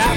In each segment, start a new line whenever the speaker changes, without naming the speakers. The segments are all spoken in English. From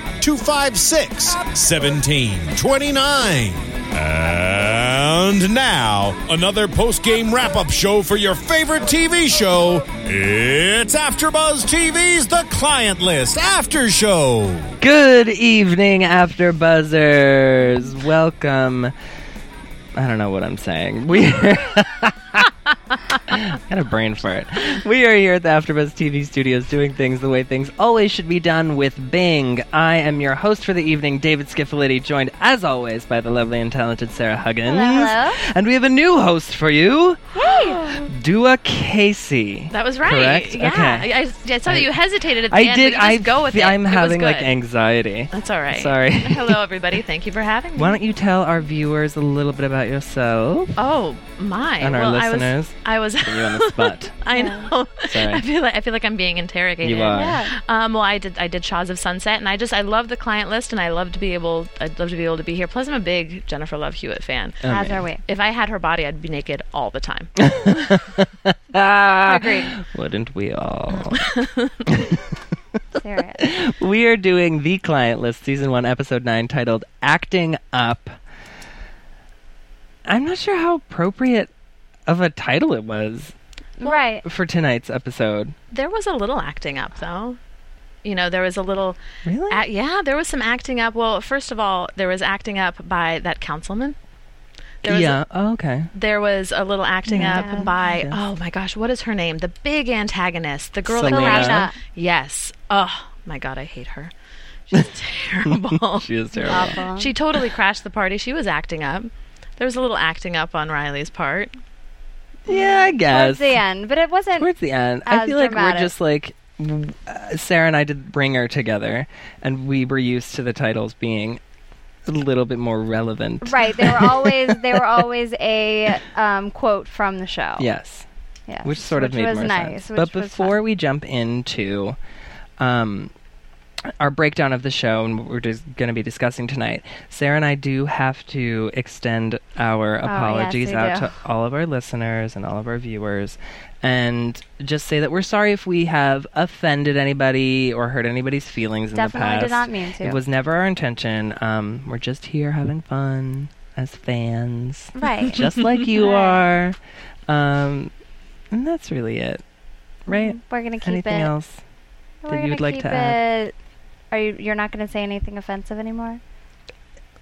256 1729. And now, another post game wrap up show for your favorite TV show. It's AfterBuzz TV's The Client List After Show.
Good evening, After Buzzers. Welcome. I don't know what I'm saying. We I got a brain fart. We are here at the AfterBuzz TV studios doing things the way things always should be done with Bing. I am your host for the evening, David Skiffolitti, joined as always by the lovely and talented Sarah Huggins.
Hello.
And we have a new host for you, Dua Casey.
That was right.
Correct?
Yeah.
Okay.
I, I saw that you hesitated at the
I
end.
did.
But you
I
just go with
fe-
it.
I'm
It was
having like
good.
anxiety.
That's all right.
Sorry.
Hello, everybody. Thank you for having me.
Why don't you tell our viewers a little bit about yourself?
Oh my!
And our
well,
listeners.
I was. I was.
Put you on the spot.
I know.
Sorry.
I feel like I feel like I'm being interrogated.
You are.
Um, well, I did. I did Shaws of Sunset, and I just I love the client list, and I love to be able. I'd love to be able to be here. Plus, I'm a big Jennifer Love Hewitt fan.
Amazing.
As are we.
If I had her body, I'd be naked all the time.
Ah,
Agreed.
wouldn't we all?
Sarah.
we are doing the client list, season one, episode nine, titled "Acting Up." I'm not sure how appropriate of a title it was
right.
for tonight's episode.
There was a little acting up, though. You know, there was a little.
Really?
Ac- yeah, there was some acting up. Well, first of all, there was acting up by that councilman. There was
yeah. oh, okay.
A, there was a little acting
Yeah.
up by oh my gosh, what is her name? The big antagonist, the girl
Selena.
that crashed.
Selena.
Yes. Oh my god, I hate her. She's terrible.
She is terrible.
Awful.
she totally crashed the party. She was acting up. There was a little acting up on Riley's part.
yeah, I
Towards
guess.
the end, but it wasn't.
towards the end. I
as
feel like we're
dramatic.
just like w- uh, Sarah and I did bring her together, and we were used to the titles being a little bit more relevant.
Right. They were always they were always a um, quote from the show.
Yes,
Yes.
which sort of made
was
more
nice.
sense. But
which was
before
fun.
we jump into um, our breakdown of the show and what we're just going to be discussing tonight, Sarah and I do have to extend our apologies
Oh, we
out
do.
to all of our listeners and all of our viewers and just say that we're sorry if we have offended anybody or hurt anybody's feelings in the
Definitely
past.
did not mean to.
It was never our intention. Um, we're just here having fun as fans
right.
just like you
Right.
are. Um, and that's really it, right?
We're gonna Mm-hmm. keep
Anything
it.
else?
we're
that
gonna
you'd like
keep
to add?
It, are you? You're not gonna say anything offensive anymore.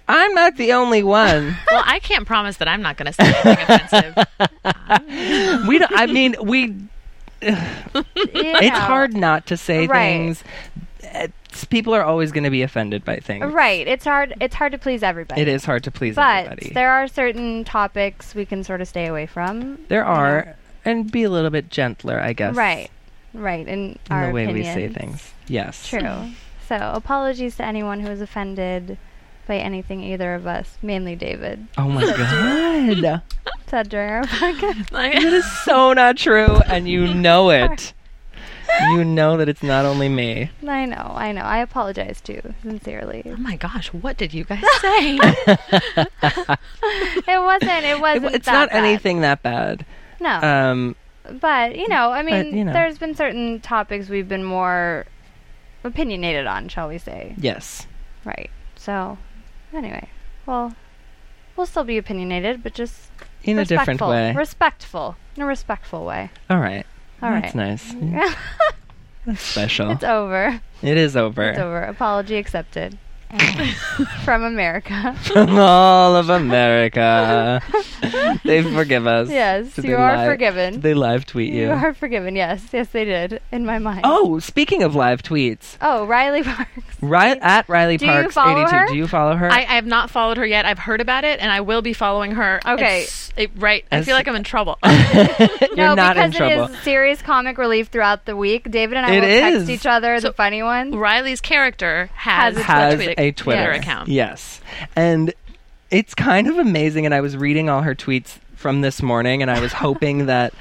I'm not the only one.
Well, I can't promise that I'm not going to say anything offensive.
we don't. I mean, we. It's
Yeah.
hard not to say
Right.
things. It's, people are always going to be offended by things.
Right. It's hard. It's hard to please everybody.
It is hard to please
But
everybody.
there are certain topics we can sort of stay away from.
There are, and be a little bit gentler, I guess.
Right. Right. In,
In
our
the way
opinions.
we say things. Yes.
True. So apologies to anyone who was offended by anything either of us, mainly David,
Oh my god.
said during our podcast.
That is so not true, and you know it. You know that it's not only me.
I know, I know. I apologize too, sincerely.
oh my gosh, what did you guys say?
It wasn't. It
It-
wasn't.
it's
that
not
bad. Oh.
anything that bad.
No.
Um,
but you know, I mean,
you know.
there's been certain topics we've been more opinionated on, shall we say?
yes.
Right. So, anyway, well, we'll still be opinionated, but just
In a different
respectful.
way.
Respectful. In a respectful way.
All right.
All right.
That's nice. That's special.
It's over.
It is over.
It's over. Apology accepted. from America.
from all of America. they forgive us.
Yes,
Did
you
they
are
live-
forgiven.
Did they live tweet you?
You are forgiven. Yes, yes, they did in my mind.
oh, speaking of live tweets,
Oh, Riley Parks.
Ri- at Riley uh,
Do you
Parks
follow
82,
her?
do you follow her?
I, I have not followed her yet. I've heard about it, and I will be following her.
Okay.
It's- it- right. I
As-
feel like I'm in trouble.
You're
no,
not in
because
trouble.
it is serious comic relief throughout the week. David and I
It
will
is.
text each other the
So-
funny ones.
Riley's character has,
Has
has
Twitter-
a Twitter
account.
Yes. And it's kind of amazing. And I was reading all her tweets from this morning, and I was hoping that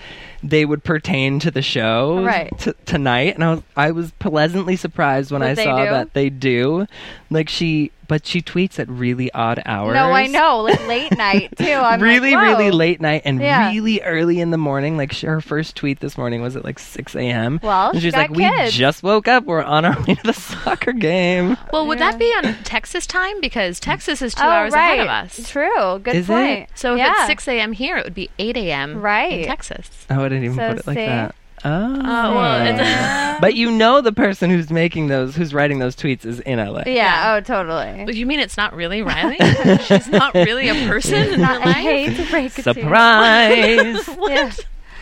they would pertain to the show
Right.
t- tonight. And I was, I was pleasantly surprised when
That
I
they
saw
do?
that they do. Like she, but she tweets at really odd hours.
No, I know, like late night too. I'm like,
really, really
"Whoa."
late night and
Yeah.
really early in the morning. Like sh- her first tweet this morning was at like six a.m.
Well,
and
she
she's like,
got
"We
kids."
just woke up. We're on our way to the soccer game."
Well, would
Yeah.
that be on Texas time? Because Texas is two
Oh,
hours ahead of
right.
us.
True. Good
Is it?
point.
So if
yeah.
it's 6 a.m. here, it would be 8 a.m. in
Right.
Texas.
Oh, I didn't even
So
put it like
see? Uh,
that. Oh,
Oh, well, it's-
but you know the person who's making those, who's writing those tweets, is in LA.
yeah. Oh, totally.
But you mean it's not really Riley? She's not really a person in real
Not, I
life?
hate to break it
Surprise!
to you. Yeah,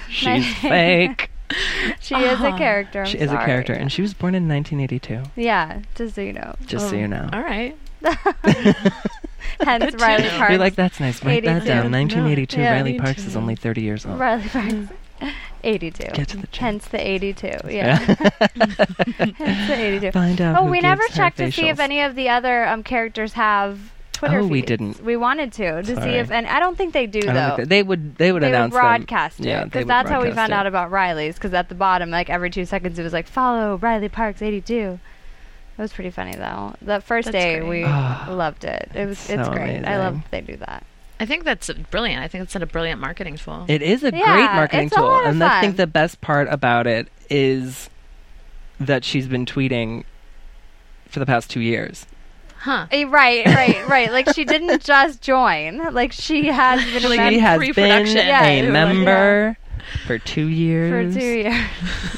She's fake.
she is
Uh-huh.
a character. I'm
she is a
sorry.
character, and she was born in 1982.
Yeah, just so you know.
Just so you know.
All right.
Hence
to
Riley
know.
Parks.
You're like, that's nice. Write that
82.
down. 1982.
Yeah.
Riley Parks is only 30 years old.
Riley Parks. 82.
Oh. Mm. Get to the joke.
Hence the 82. Yeah. Hence the 82.
Find out.
Oh,
who
we never
gives her
checked to see if
facials.
any of the other um, characters have Twitter
Oh, we
feeds.
didn't.
We wanted to to
Sorry.
see if, and I don't think they do
I don't
though.
think they, they would. They would
They
announce them.
broadcast
Yeah,
it
they
because
would
that's how we
broadcast
found
it.
out about Riley's. Because at the bottom, like every two seconds, it was like follow Riley Parks 82. It was pretty funny though. That first
That's
day
great.
we
Ah,
loved it. It was
so
it's great. I love
amazing.
that they do that.
I think that's brilliant. I think it's a brilliant marketing tool.
It is a great
Yeah,
marketing
it's a
tool.
lot of
and I think
fun.
the best part about it is that she's been tweeting for the past two years.
huh.
Eh, Right, right, right. Like she didn't just join. Like she has been a
She
member
has been
pre-production.
Yeah,
a
it was like-
member for two years.
for two years.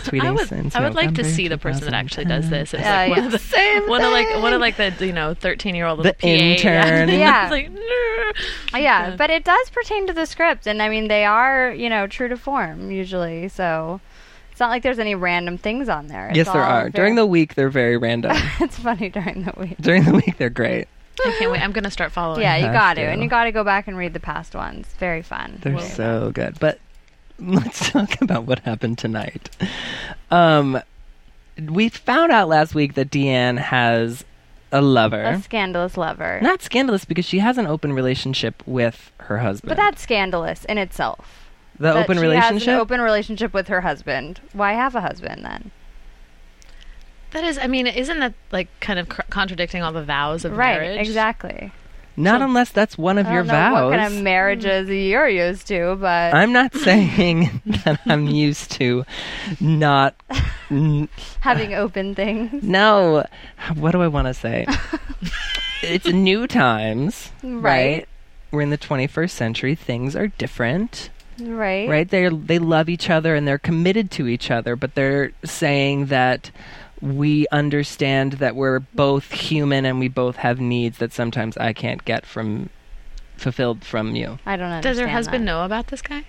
Tweeting
I would,
since
I would like to
November
see the person that actually does
2010.
this. It's
Yeah,
like one
yeah.
of the one of like one of like the you know thirteen year old
The intern.
Yeah.
it's like, "Nah."
Uh, yeah, but it does pertain to the script, and I mean they are you know true to form usually, so it's not like there's any random things on there. It's
Yes, there
all
are.
very-
During the week, they're very random.
it's funny during the week.
During the week, they're great.
I can't wait. I'm gonna start following.
Yeah, you
Oh, have
got to,
to.
and you got to go back and read the past ones. Very fun.
They're so good. But let's talk about what happened tonight. Um, we found out last week that Deanne has a lover.
A scandalous lover,
Not scandalous because she has an open relationship with her husband.
but that's scandalous in itself.
the
That
open
she
relationship.
Has an open relationship with her husband. Why have a husband then?
That is, I mean, isn't that like kind of cr- contradicting all the vows of
Right,
marriage?
exactly.
Not unless that's one of
I
your
don't know
vows. Hmm.
what kind of marriages you're used to, but
I'm not saying that I'm used to not. N-
having open things.
no. What do I want to say? it's new times, right.
Right.
We're in the 21st century. Things are different,
Right.
right? They they love each other and they're committed to each other, but they're saying that we understand that we're both human and we both have needs that sometimes I can't get from fulfilled from you.
I don't understand.
Does her husband
that.
know about this guy?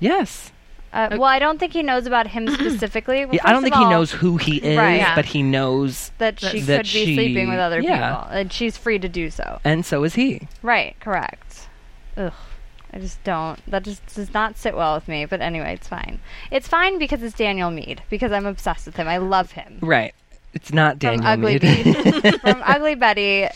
Yes.
Uh, well, I don't think he knows about him specifically. Well,
Yeah, I don't think
first of
he
all,
knows who he is,
Right. Yeah.
but he knows,
that she
that
could
she-
be sleeping with other
yeah.
people, and she's free to do so.
and so is he.
Right. Correct. Ugh. I just don't. That just does not sit well with me. But anyway, it's fine. It's fine because it's Daniel Mead. Because I'm obsessed with him. I love him.
Right. It's not Daniel.
from Ugly
Mead.
Betty. from Ugly Betty.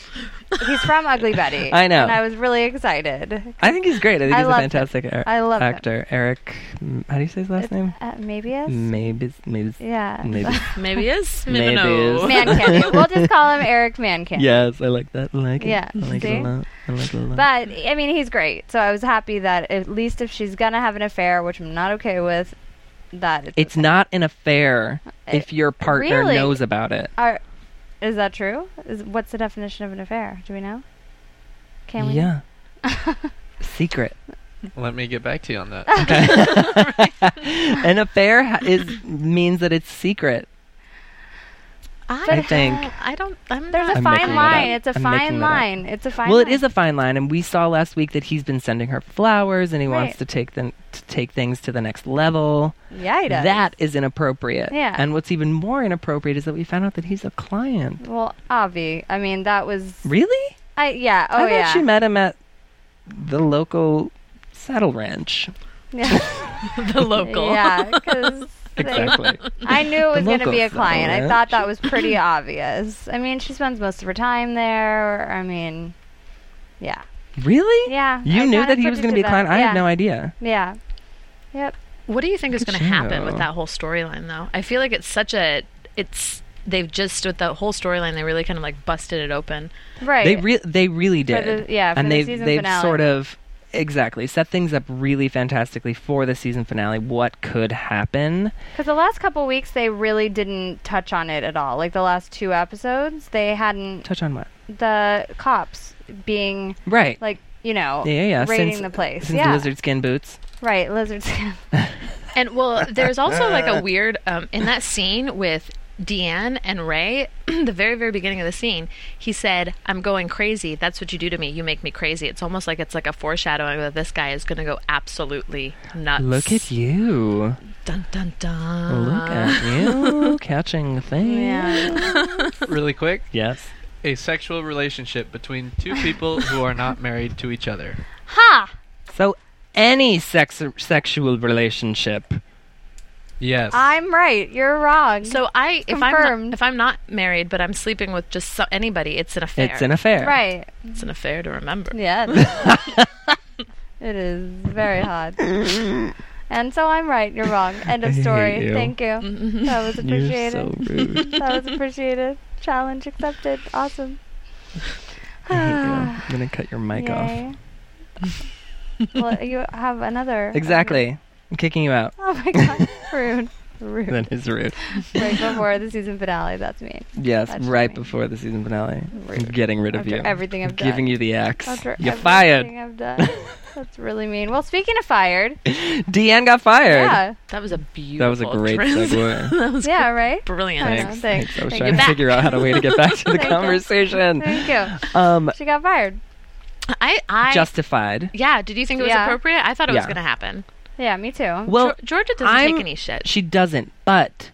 He's from Ugly Betty.
I know.
And I was really excited.
I think he's great. I think
I
he's a
love him.
fantastic er-
I love him.
actor. Eric, mm, how do you say his last name?
Uh, maybe it's
Maybe, maybe,
yeah.
maybe.
Maybe is.
Maybe
no.
is.
Mancandy. we'll just call him Eric Mancandy.
yes, I like that. I like
Yeah,
it. I like
see?
it a lot. I like it a lot.
But I mean, he's great. So I was happy that at least if she's gonna have an affair, which I'm not okay with, that it's,
it's not an affair if your partner
Uh, really?
knows about it.
Are, is that true? Is, what's the definition of an affair? Do we know? Can we?
Yeah. Secret.
Let me get back to you on that.
An affair ha- is means that it's secret. I think.
I don't. I'm
There's a
I'm making
fine
that
line.
up.
It's a
I'm
fine
making that up.
line. It's a fine
Well,
line.
it is a fine line, and we saw last week that he's been sending her flowers, and he
Right.
wants to take them to take things to the next level.
Yeah, he does.
That is inappropriate.
Yeah.
And what's even more inappropriate is that we found out that he's a client.
Well, Avi. I mean, that was.
Really?
I yeah.
I
Oh
thought
yeah.
she met him at the local saddle ranch.
yeah.
the local.
Yeah. Because.
Exactly.
I knew it was
The
going to be a
locals, though,
client. I
right?
thought that was pretty obvious. I mean, she spends most of her time there. I mean, yeah,
really?
yeah.
You
I
knew
kinda
that he was going to be a
predicted
client.
that.
I
yeah.
had no idea.
Yeah, yep.
What do you think is
Look
going
at
to happen
you.
with that whole storyline, though? I feel like it's such a. It's they've just with that whole storyline they really kind of like busted it open.
Right.
They re- they really
For
did.
the- yeah, for
and
the
they've
season
they've
finale.
sort of exactly set things up really fantastically for the season finale. What could happen?
Because the last couple weeks they really didn't touch on it at all. Like the last two episodes, they hadn't
Touch on what?
the cops being
Right.
like you know
yeah, yeah, yeah.
raiding
since,
the place.
Since
yeah,
lizard skin boots.
right, lizards.
And well, there's also like a weird um, in that scene with Deanne and Ray, the very very beginning of the scene, he said, "I'm going crazy. That's what you do to me. You make me crazy." It's almost like it's like a foreshadowing that this guy is going to go absolutely nuts.
Look at you.
Dun dun dun.
Look at you catching things.
Uh-huh. yeah,
Really quick,
Yes.
a sexual relationship between two people who are not married to each other.
ha.
So any sex sexual relationship.
Yes.
I'm right. You're wrong.
So I, if I'm
Confirmed.
not, if I'm not married, but I'm sleeping with just so, anybody, it's an affair.
It's an affair.
right.
It's an affair to remember.
Yeah. it is very hot. And so I'm right, you're wrong. End of
hate
story.
you.
Thank you. That was
You're
appreciated.
so rude.
That was appreciated. Challenge accepted. Awesome.
I hate you. I'm gonna cut your mic off.
Yay. well, you have another.
Exactly. I'm kicking you out.
Oh my god. Rude. Rude.
That is rude.
Right before the season finale, that's me.
Yes,
That's
right
me.
before the season finale. I'm
Rude.
getting rid of
After
you.
everything I've
I'm giving
done.
you the axe.
After
You're
everything
fired.
I've done. That's really mean. Well, speaking of fired,
Deanne got fired.
yeah.
That was a beautiful.
That was a great
trans-
segue.
that was
Yeah, right?
brilliant.
I know,
Thanks.
thanks.
I was
Thank
trying
you.
to figure out how to way to get back to the
Thank you.
conversation.
Thank you.
Um,
She got fired.
I, I,
justified.
yeah. Did you think it was
Yeah.
appropriate? I thought it was
Yeah.
going to happen.
Yeah, me too.
Well,
Ge- Georgia doesn't
I'm-
take any shit.
she doesn't, but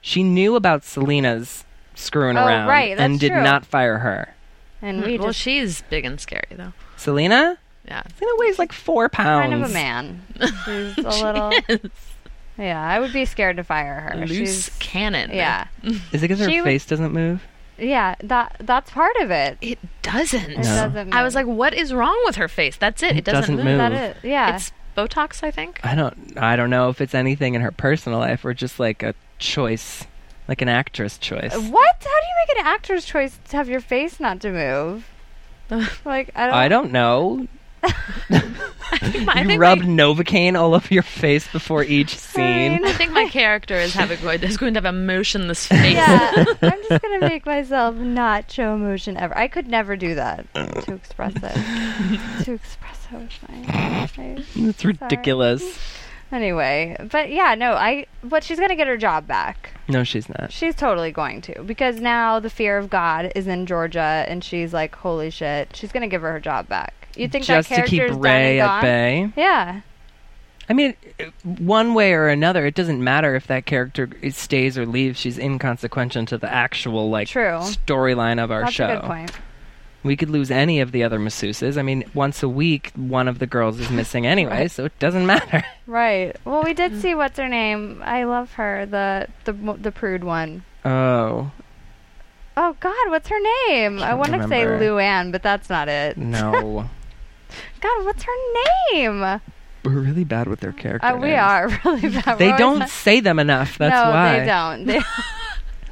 she knew about Selena's screwing
Oh,
around
right,
and
that's
did
true.
not fire her.
And we
well,
just
she's big and scary though.
Selena?
Yeah.
Selena weighs like four pounds.
kind of a man. She's a little. Yeah, I would be scared to fire her.
Loose
She's
cannon.
yeah,
Is it because her
She was-
face doesn't move?
yeah. That that's part of it.
It doesn't.
It doesn't.
I was
matter.
like, what is wrong with her face? That's it. It,
It doesn't move.
that is yeah.
It's Botox, I think.
I don't. I don't know if it's anything in her personal life or just like a choice, like an actress choice.
what? How do you make an actor's choice to have your face not to move? like I don't.
I don't know.
I
You
think
rub
my,
Novocaine all over your face before each scene.
Fine.
I think my character is having is going to have a motionless face.
Yeah, I'm just gonna make myself not show emotion ever. I could never do that. Too expressive. Too expressive is my- my
It's ridiculous.
Anyway, but yeah, no, I. But she's gonna get her job back.
No, she's not.
She's totally going to because now the fear of God is in Georgia, and she's like, "Holy shit!" She's gonna give her her job back. You think
Just
that
to
character's
keep
done and
Ray
gone?
at bay.
Yeah,
I mean, it- one way or another, it doesn't matter if that character is- stays or leaves. She's inconsequential to the actual like
True.
storyline of our
that's
show.
a good point.
We could lose any of the other masseuses. I mean, once a week, one of the girls is missing anyway, so it doesn't matter.
Right. Well, we did see what's her name. I love her. The the mo- the prude one.
Oh
Oh God, what's her name? I
Can't
want to say
remember.
Lou Ann, but that's not it.
no,
God, what's her name?
we're really bad with their character.
Uh, we
names.
are really bad.
They
We're always
don't
not-
say them enough. That's
no,
why.
they don't. They-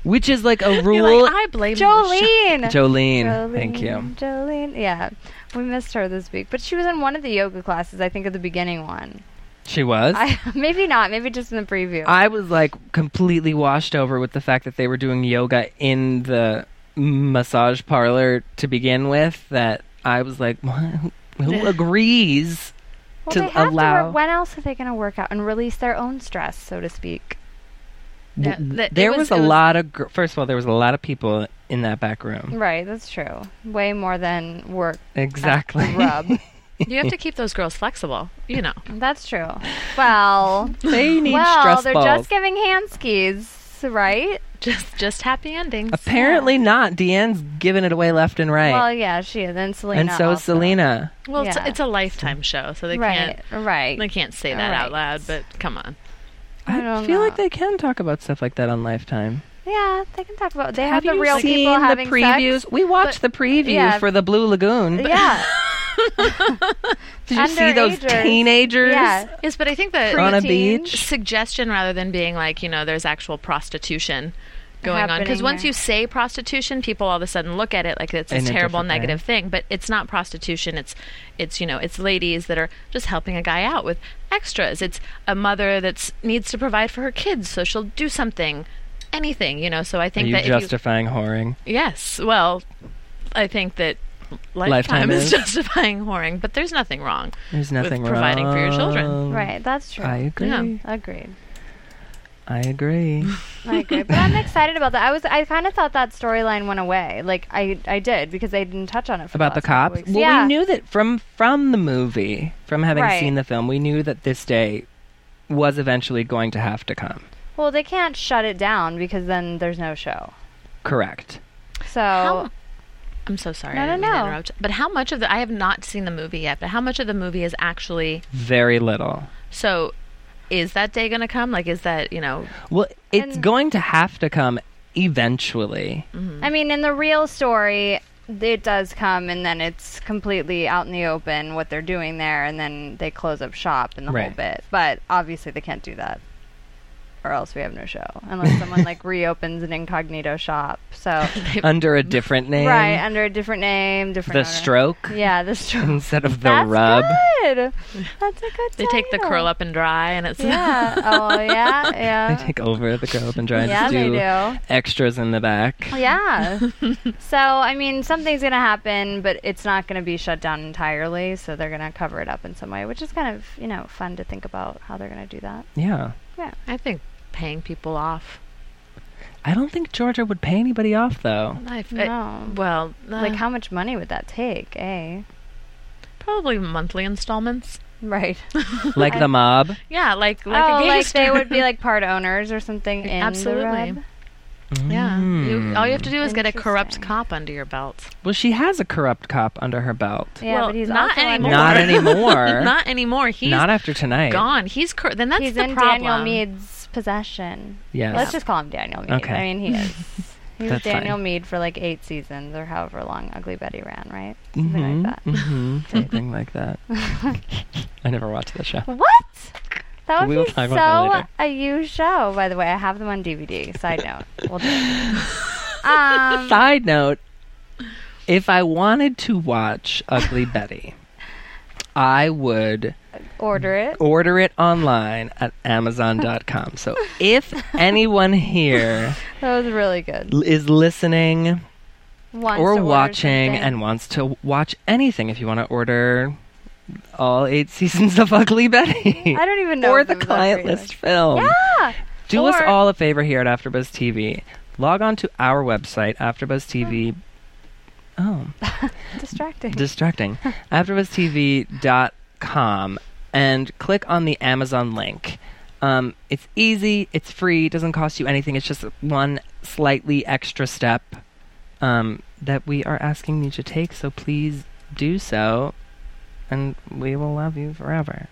Which is like a
You're
rule.
like, I blame Michelle."
Jolene.
Jolene, thank you.
Jolene. Yeah. We missed her this week. But she was in one of the yoga classes, I think, at the beginning one.
She was.
I, maybe not. Maybe just in the preview.
I was like completely washed over with the fact that they were doing yoga in the massage parlor to begin with. That I was like, "What? who agrees?
well,
to
they have to
allow-
work, when else are they going to work out and release their own stress, so to speak?
Yeah,
W-
that- it
there was,
was- it
a
was-
lot of. Gr- First of all, there was a lot of people in that back room.
Right, that's true. Way more than work at the
Exactly.
rub.
You have to keep those girls flexible, you know.
that's true. Well,
they need
well,
stress
they're
balls.
just giving hand skis, right?
Just just happy endings.
Apparently not. Deanne's giving it away left and right,
Well, yeah, she is. And Selena.
and so is
also.
Selena.
Well, it's,
Yeah.
it's a lifetime show, so they
Right,
can't
right.
they can't say that out
Right.
loud. But come on,
I don't
feel
know.
like they can talk about stuff like that on Lifetime.
yeah, they can talk about. They have, the
you
real
seen
people
the
having
previews?
sex.
We watched the preview
yeah.
for the Blue Lagoon.
Yeah,
Did you see those
underagers.
teenagers?
yeah.
yes, but I think that
On a
Preteen.
beach?
suggestion rather than being like you know there's actual prostitution going on because
Happening
once
there.
you say prostitution people all of a sudden look at it like it's
In
this
a
terrible
different way.
negative thing but it's not prostitution it's it's you know it's ladies that are just helping a guy out with extras it's a mother that's needs to provide for her kids so she'll do something anything you know so i
Are
think
you
that if you,
justifying whoring?
yes well i think that lifetime,
Lifetime
is,
is.
justifying whoring but there's nothing wrong
There's nothing
providing for your children.
wrong.
Right, that's true.
Mm, I agree.
Yeah.
Agreed.
I agree.
I agree, but I'm excited about that. I was, I kind of thought that storyline went away. Like I, I did because they didn't touch on it for
About the
last couple
cops.
weeks.
Well,
yeah,
we knew that from from the movie, from having
Right.
seen the film, we knew that this day was eventually going to have to come.
well, they can't shut it down because then there's no show.
Correct.
So
How- I'm so sorry.
No,
I
no,
didn't mean to
no.
interrupt. But how much of the I have not seen the movie yet, but how much of the movie is actually
Very little.
so is that day gonna come? Like is that, you know
Well, it's
And-
going to have to come eventually.
I mean, in the real story, it does come, and then it's completely out in the open what they're doing there, and then they close up shop and the whole
Right.
bit. But obviously, they can't do that, or else we have no show, unless someone like reopens an incognito shop. So
Under a different name.
right under a different name, different
The
owner.
stroke
Yeah, the stroke.
instead of the
That's
rub.
good. That's a good.
they take the
title.
curl up and dry and it's
Yeah. Oh yeah. Yeah.
They take over the girl and try
yeah,
to do,
they do. Oh,
extras in the back.
Yeah. so, I mean, something's going to happen, but it's not going to be shut down entirely. So, they're going to cover it up in some way, which is kind of, you know, fun to think about how they're going to do that.
Yeah.
I think paying people off.
I don't think Georgia would pay anybody off though.
I, I-
No.
well,
like, how much money would that take, eh?
probably monthly installments.
Right.
Like the mob.
Yeah, like like
Like
a
oh, like
gangster.
they would be like part owners or something in
Absolutely.
the rub.
Yeah.
Hmm.
You, all you have to do is get a corrupt
Interesting.
cop under your belt.
Mm. Well, she has a corrupt cop under her belt.
Yeah,
Well,
but he's
not
also under-
anymore.
Not anymore.
Not anymore. He's
Not after tonight.
gone. He's cor- then that's
he's
the
in
problem.
Daniel Mead's possession.
Yes.
Let's just call him Daniel Mead.
Okay.
I mean, he is. He was
That's fine.
Daniel Mead for like eight seasons or however long Ugly Betty ran, right?
hmm
Something like that.
something like that. I never watched the show.
What? That would
Mm-hmm. We will
be
talk about that
so a you show. By the way, I have them on DVD. Side note, we'll do it. Um,
Side note: If I wanted to watch Ugly Betty, I would
order it.
order it online at Amazon.com. So if anyone here
That was really good.
l- is listening
Wants to
or
order
watching
something.
and wants to watch anything, if you want to order all eight seasons of Ugly Betty.
I don't even know
Or
if
the
it was that
client
creative.
list film.
Yeah.
Do us
Or-
all a favor here at AfterBuzz TV. Log on to our website, AfterBuzz TV. Oh,
distracting.
distracting. AfterBuzzTV.com and click on the Amazon link. Um, it's easy. It's free. It doesn't cost you anything. It's just one slightly extra step um, that we are asking you to take. So please do so, and we will love you forever.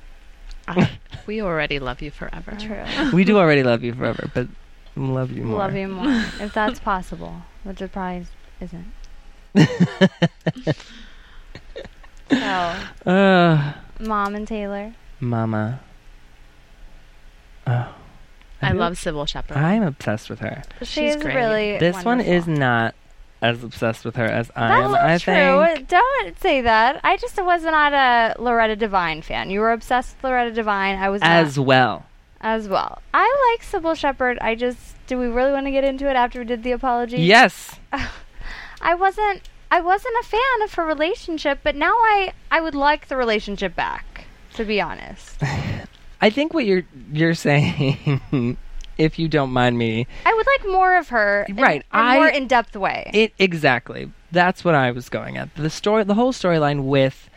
I- we already love you forever.
True.
we do already love you forever, but love you more.
Love you more if that's possible, which it probably isn't. so,
Ugh,
mom and Taylor.
Mama. Oh,
I
do-
love Sybil Shepherd.
I'm obsessed with her.
She
She's
is
great.
really.
This one
wonderful.
is not as obsessed with her as I
That's
am.
not
I
true.
think
Don't say that. I just was not a Loretta Devine fan. You were obsessed with Loretta Devine. I was
as
not
well.
as well. I like Sybil Shepherd. I just do we really want to get into it after we did the apology?
Yes,
I wasn't. I wasn't a fan of her relationship, but now I I would like the relationship back. To be honest,
I think what you're you're saying if you don't mind me.
I would like more of her, in
Right,
a
I-
more in depth way.
It exactly. That's what I was going at. The story, the whole storyline with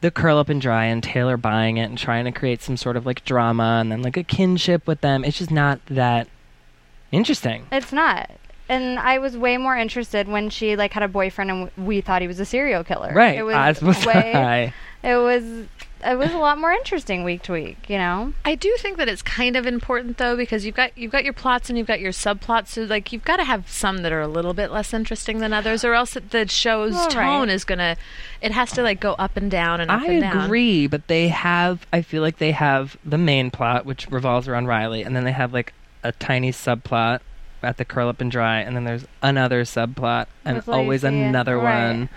the curl up and dry and Taylor buying it and trying to create some sort of like drama and then like a kinship with them. It's just not that interesting.
It's not. And I was way more interested when she like had a boyfriend and w- we thought he was a serial killer.
Right.
It was
As was
way.
I.
It was. It was a lot more interesting week to week. You know.
I do think that it's kind of important though because you've got you've got your plots and you've got your subplots. So like you've got to have some that are a little bit less interesting than others, or else it- the show's
All right.
tone is gonna. It has to like go up and down and up
I
and down.
agree, but they have. I feel like they have the main plot, which revolves around Riley, and then they have like a tiny subplot at the curl up and dry, and then there's another subplot, and
With
always
Lacey and-
another
right.
one.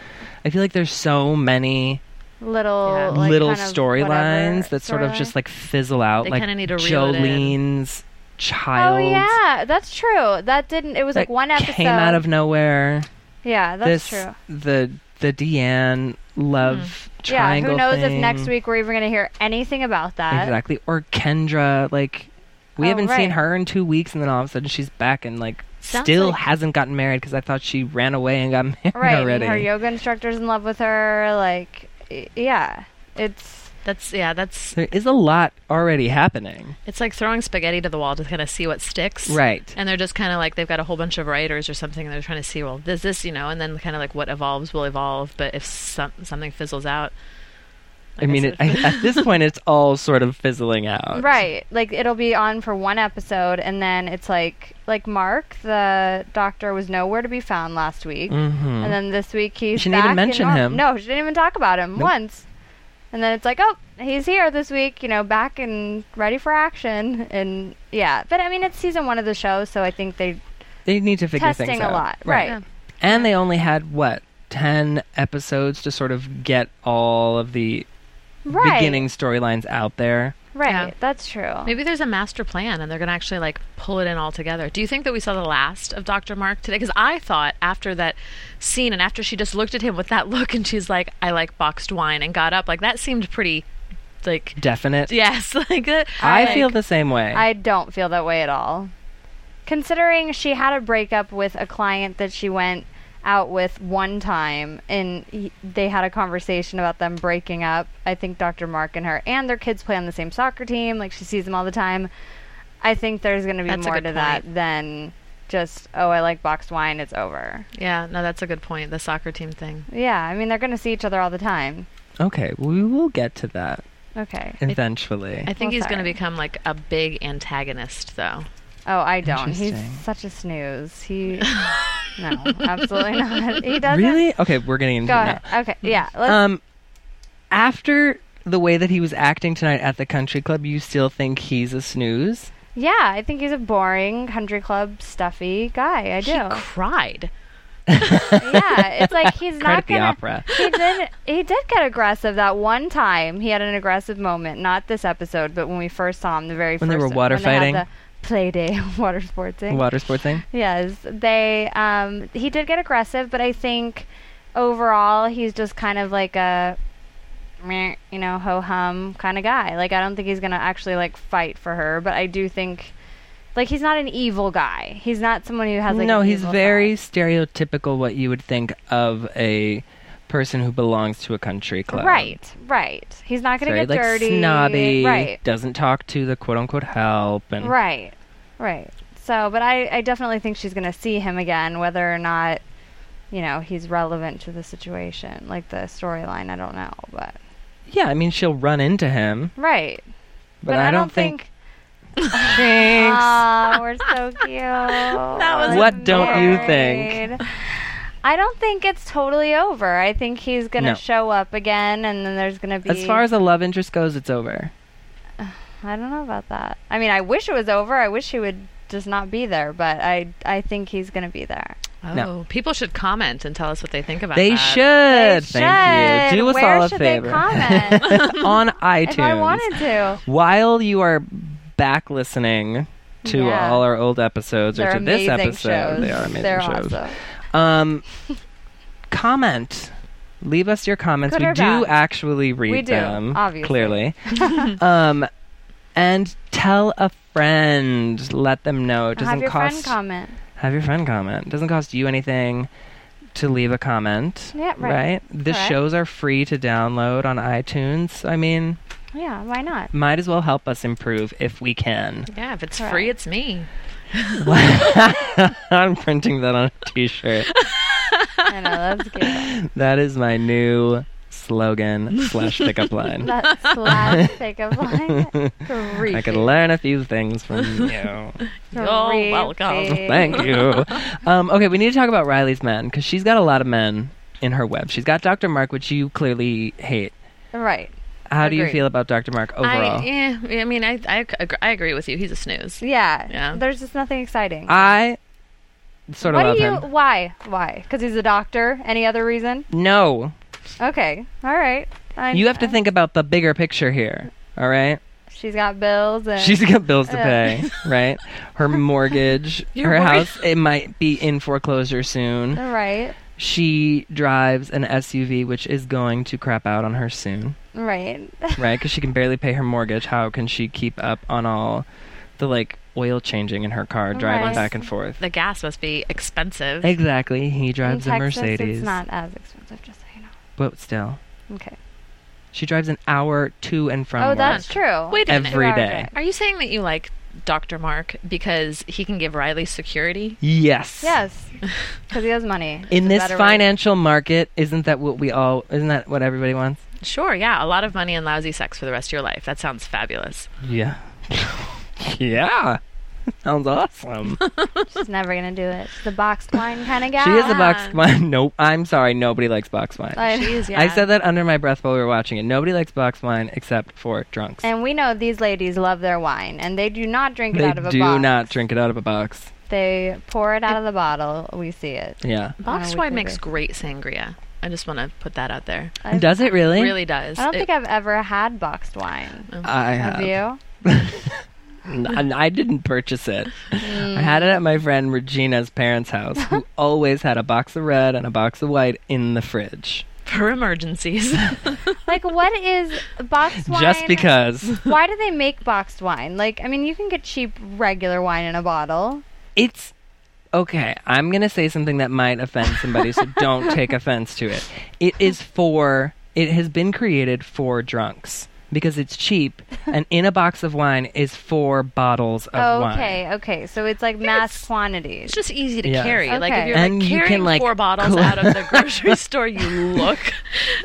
I feel like there's so many
Little
Yeah.
like,
little
kind of
storylines
whatever
that sort of
storyline.
just like fizzle out.
They
like
kinda need to reel it in.
Jolene's child.
Oh yeah, that's true. That didn't. It was
that
like one episode.
came out of nowhere.
yeah,
this
that's true. Mm.
the the Deanne love
Yeah,
triangle.
who knows if
thing.
next week we're even going to hear anything about that?
Exactly. Or Kendra, like we
Oh,
haven't seen
right.
her in two weeks, and then all of a sudden she's back and like
Sounds
still
like-
hasn't gotten married because I thought she ran away and got married
Right. and
already.
Her yoga instructor's in love with her. Like, y- yeah, it's
That's yeah. That's
there is a lot already happening.
it's like throwing spaghetti to the wall to kind of see what sticks.
Right.
And they're just kind of like they've got a whole bunch of writers or something, and they're trying to see well, does this you know, and then kind of like what evolves will evolve. But if some, something fizzles out,
I mean, it,
guess
at this point, it's all sort of fizzling out.
right. Like, it'll be on for one episode, and then it's like, like Mark, the doctor, was nowhere to be found last week,
hmm
and then this week he's.
She didn't even
back in
mention
Nor-
him.
No, she didn't even talk about him
Nope.
once. And then it's like, oh, he's here this week, you know, back and ready for action, and yeah. But I mean, it's season one of the show, so I think they
They need to figure
testing
things
a
out.
lot, right?
Yeah.
And they only had what ten episodes to sort of get all of the
Right.
beginning storylines out there.
Right,
Yeah.
that's true.
Maybe there's a master plan and they're going to actually like pull it in all together. Do you think that we saw the last of Dr. Mark today? Because I thought after that scene and after she just looked at him with that look and she's like, I like boxed wine and got up, like that seemed pretty, like,
Definite.
yes. Like, uh,
I,
like-
feel the same way.
I don't feel that way at all. Considering she had a breakup with a client that she went out with one time and he, they had a conversation about them breaking up. I think Dr. Mark and her and their kids play on the same soccer team. Like she sees them all the time. I think there's going to be
That's a
more to
good
that
point.
than just, oh, I like boxed wine. It's over.
Yeah, no, that's a good point. The soccer team thing.
Yeah. I mean, they're going to see each other all the time.
okay, we will get to that
Okay.
eventually.
I think
Well,
he's going to
sorry.
become like a big antagonist, though.
Oh, I don't. He's
Interesting.
such a snooze. He. no, absolutely not. He doesn't.
really? Okay, we're getting into
Go
it now.
ahead. Okay. Yeah. Let's,
Um, after the way that he was acting tonight at the country club, you still think he's a snooze?
yeah, I think he's a boring country club stuffy guy. I do.
He cried.
yeah, it's like he's
Cried
not
at the
gonna.
opera.
He did. He did get aggressive that one time. He had an aggressive moment. Not this episode, but when we first saw him, the very
When they
first
were water
when they had
fighting?
the play day water sportsing.
Water sport thing?
Yes, they. Um, he did get aggressive, but I think overall he's just kind of like a, meh, you know, ho hum kind of guy. Like I don't think he's gonna actually like fight for her, but I do think, like he's not an evil guy. He's not someone who has like.
no,
an
he's
evil
very
side.
stereotypical what you would think of a person who belongs to a country club.
Right, right. He's not gonna
Very
get
like
dirty.
snobby,
Right,
doesn't talk to the quote unquote help and
right, right. So, but I, I definitely think she's gonna see him again, whether or not. You know he's relevant to the situation, like the storyline. I don't know, but
Yeah, I mean she'll run into him.
right.
But, I, don't think,
Aw, we're so cute. that
was What don't you think?
I don't think it's totally over. I think he's gonna
No.
show up again, and then there's gonna be.
as far as a love interest goes, it's over.
I don't know about that. I mean, I wish it was over. I wish he would just not be there, but I I think he's gonna be there.
Oh,
No.
people should comment and tell us what they think about
They
that.
should.
They
Thank
should.
you. Do us
Where
all a
should they
favor.
comment?
on iTunes.
If I wanted to,
While you are back listening to
Yeah.
all our old episodes
they're
or to this
amazing
episode,
shows.
they are amazing
They're
shows.
awesome.
Um, comment. Leave us your comments.
Good
we
or
do
bad?
actually read
We do,
them,
obviously.
clearly. um, and tell a friend. Let them know. It doesn't
Have your friend
cost.
comment.
Have your friend comment. It doesn't cost you anything to leave a comment.
Yeah, right.
The
Correct.
shows are free to download on iTunes. I mean,
Yeah, why not?
might as well help us improve if we can.
Yeah, if it's
Correct.
free, it's me.
I'm printing that on a t-shirt.
I know that's good.
that is my new slogan slash pickup line.
That's last pickup line.
I
Creepy.
could learn a few things from you.
You're welcome.
Creepy.
Thank you. Um, okay, we need to talk about Riley's men because she's got a lot of men in her web. She's got Dr. Mark, which you clearly hate.
Right.
How do you
Agreed.
feel about Dr. Mark overall?
I, eh, I mean, I, I, ag- I agree with you. He's a snooze.
Yeah.
Yeah.
There's just nothing exciting.
I sort of
Why
love
do you?
him.
Why? Why? Because he's a doctor. Any other reason?
No,
Okay. All right. I,
you have to think about the bigger picture here. All right,
She's got bills. And
she's got bills to
Yeah.
pay, right? Her mortgage,
You're
her
worried.
house, it might be in foreclosure soon.
All right.
She drives an SUV, which is going to crap out on her soon,
Right.
right? Because she can barely pay her mortgage. How can she keep up on all the like oil changing in her car, driving
Right.
back and forth?
The gas must be expensive.
Exactly. He
In
drives a
Texas,
Mercedes,
It's not as expensive. Just so you know.
but still,
Okay.
she drives an hour to and from.
Oh,
work.
that's true.
Wait a minute.
every
Two-hour
day.
drive.
Are you saying that you like Dr. Mark because he can give Riley security?
Yes.
Yes. Because he has money.
In
It's a
this
better way.
financial market, isn't that what we all? Isn't that what everybody wants?
Sure, yeah. A lot of money and lousy sex for the rest of your life. That sounds fabulous.
Yeah. yeah. Sounds awesome.
She's never gonna do it. She's a boxed wine kind of guy.
She is a box
Yeah.
wine. Nope. I'm sorry. Nobody likes box wine.
I-
She is, yeah.
I said that under my breath while we were watching it. Nobody likes box wine except for drunks.
And we know these ladies love their wine, and they do not drink it
they
out of a
do
box.
not drink it out of a box.
They pour it out of the bottle. We see it.
Yeah.
Boxed
Oh, we
wine
could
makes
be.
great sangria. I just want to put that out there.
I've-
Does it really?
really does.
I don't
It-
think I've ever had boxed wine.
I have.
Have you?
N- and I didn't purchase it. I had it at my friend Regina's parents' house, who always had a box of red and a box of white in the fridge,
for emergencies.
Like, what is boxed wine?
just because.
Why do they make boxed wine? Like, I mean, you can get cheap regular wine in a bottle.
it's okay. I'm gonna say something that might offend somebody, so don't take offense to it. It is for. It has been created for drunks because it's cheap, and in a box of wine is four bottles of wine.
okay, okay. So it's like mass quantities.
it's just easy to
Yeah.
carry. Like if
Okay.
you're
And
like
you can,
carrying
like,
four bottles
cl-
out of the grocery store, you look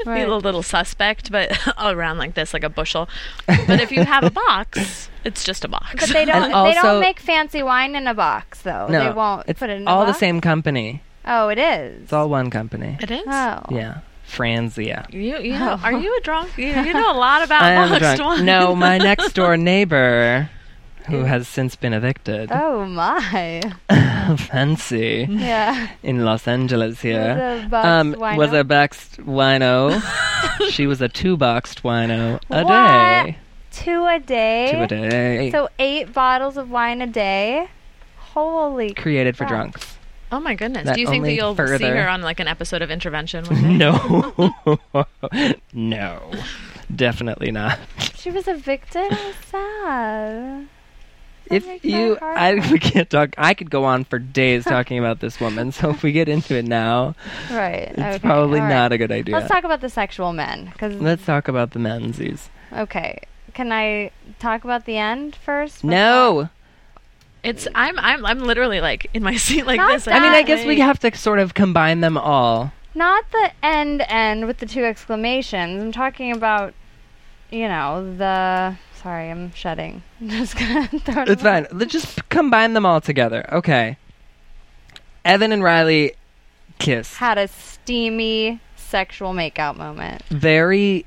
Right.
you're a little suspect, but around like this, like a bushel. But if you have a box, it's just a box.
But they don't.
And
they don't
also-
make fancy wine in a box, though.
No,
they won't
It's
put it in a
all the
box?
same company.
Oh, it is.
It's all one company.
it is.
Oh,
Yeah, Franzia.
You, you know, are you a drunk? You, you know a lot about
I am
boxed
drunk.
wine.
No, my next door neighbor, who has since been evicted,
Oh my.
fancy
Yeah.
in Los Angeles here,
Oh.
Um,
Was a boxed wino?
was a boxed wino. she was a two boxed wino a
What?
day.
Two a day.
Two a day.
So eight bottles of wine a day. Holy. c-
Created for
Wow.
drunks.
Oh my goodness!
That
Do you think that
only
you'll see
further-
her on like an episode of Intervention? One day?
No. no. Definitely not.
She was evicted. How Sad.
if
makes my
you
heart
I we can't talk I could go on for days talking about this woman, so if we get into it now,
Right.
it's probably not a good idea.
Let's talk about the sexual men, because
Let's talk about the Menzies.
okay. Can I talk about the end first?
No.
It's I'm I'm I'm literally like in my seat like
Not
this.
that
I mean, I
That
guess we
wait.
have to sort of combine them all.
Not the end end with the two exclamations. I'm talking about, you know, the. Sorry, I'm shedding. I'm just gonna throw it
It's
away.
fine. Let's just combine them all together. Okay. Evan and Riley kiss.
Had a steamy sexual makeout moment.
Very,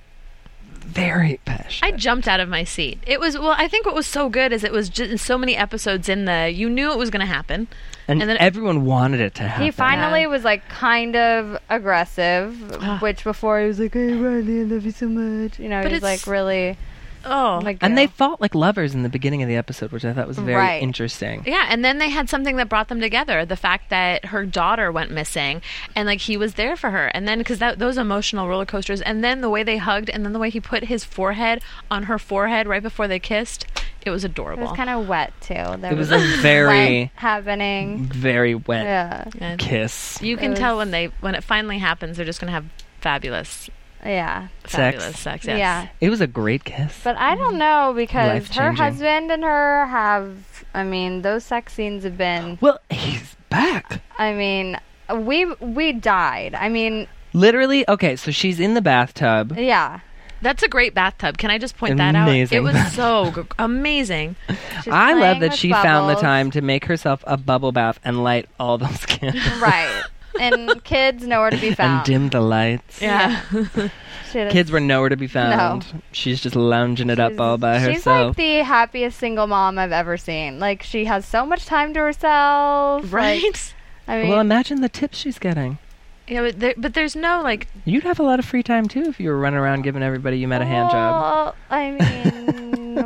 very
I
passionate.
jumped out of my seat. It was well. I think what was so good is it was just so many episodes in the. You knew it was going to happen.
and,
and then-
everyone wanted it to happen.
He finally was like kind of aggressive, which before he was like, "Hey Riley, I love you so much." You know,
But
he's like
it's-
really
Oh,
like.
and
you.
they fought like lovers in the beginning of the episode, which I thought was very
Right.
interesting.
yeah. And then they had something that brought them together. The fact that her daughter went missing, and like he was there for her. And then because those emotional roller coasters, and then the way they hugged, and then the way he put his forehead on her forehead right before they kissed. It was
It
adorable.
was kind of wet too. There
It was a very,
wet happening.
very wet
Yeah,
And
kiss.
You
It
can
was-
tell when they when it finally happens, they're just gonna have fabulous,
yeah,
Sex.
fabulous sex. yes.
yeah.
It was a great kiss.
But I don't know because her
Life-changing.
husband and her have. I mean, those sex scenes have been.
Well, he's back.
I mean, we we died. I mean,
Literally, okay, so she's in the bathtub.
yeah.
That's a great bathtub. Can I just point that out? It
Amazing
was so
bathtub.
g- amazing.
She's
I love
playing
that
with
she found the
bubbles.
time to make herself a bubble bath and light all those candles
Right, and kids nowhere to be
and
found.
dim the lights.
Yeah.
She had a-
Kids were nowhere to be found. She's just lounging it up all by
she's
herself.
like the happiest single mom I've ever seen. Like she has so much time to herself. like,
right?
I mean,
well, imagine the tips she's getting.
Yeah, but, there, but there's no like
You'd have a lot of free time too if you were running around giving everybody you met a hand job
well, I mean, no.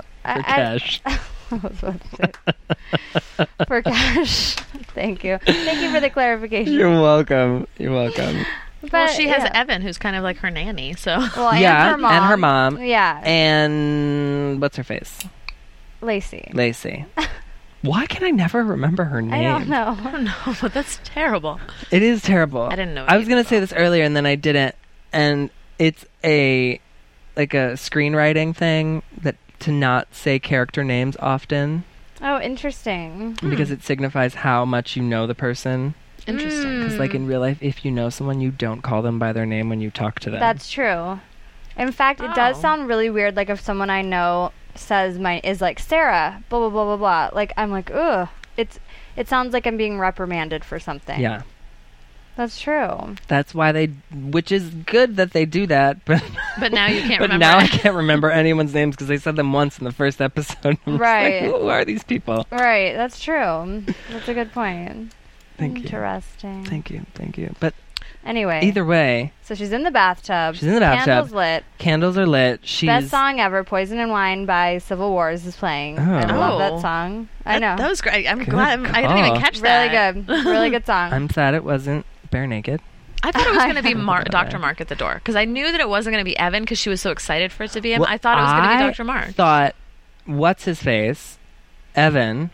Oh, I-
for
I-
cash.
I was about to say- for cash. Thank you. Thank you for the clarification.
You're welcome. You're welcome.
well,
But,
she has
yeah.
Evan, who's kind of like her nanny. So
Well,
Yeah,
and her mom.
and her mom.
Yeah,
And what's her face?
Lacey.
Lacey. Why can I never remember her
I
name?
don't know.
no, but that's terrible.
It is terrible.
I didn't know
I was
either,
gonna say
though.
this earlier and then I didn't. And it's a like a screenwriting thing that to not say character names often
Oh, interesting.
Hmm.
because it signifies how much you know the person.
Interesting.
Because like in real life, if you know someone, you don't call them by their name when you talk to them.
That's true. In fact, it does
Oh.
sound really weird. Like if someone I know says my is like Sarah, blah blah blah blah blah. Like I'm like, ugh. It's it sounds like I'm being reprimanded for something.
yeah.
that's true.
That's why they, which is good that they do that, but
But now you can't
but
remember.
now I can't remember anyone's names because they said them once in the first episode. I'm just like,
Right.
Who are these people?
Right, that's true. That's a good point.
Thank you.
Interesting.
Thank you. Thank you. But
Anyway,
either way,
so she's in the bathtub.
She's in the bathtub.
Candles lit.
candles are lit. She's
Best song ever, "Poison and Wine" by Civil Wars is playing. I
Oh.
love
Oh.
that song. I know.
That, was great. I'm
Good
glad. I'm, I didn't
call.
even catch
really
that.
good. Really good song.
I'm sad it wasn't bare naked.
I thought it was going to be Mar-
Okay.
Dr. Mark at the door because I knew that it wasn't going to be Evan because she was so excited for it to be him.
Well,
I thought it was going
I
to be Dr. Mark.
Thought, what's his face? Evan.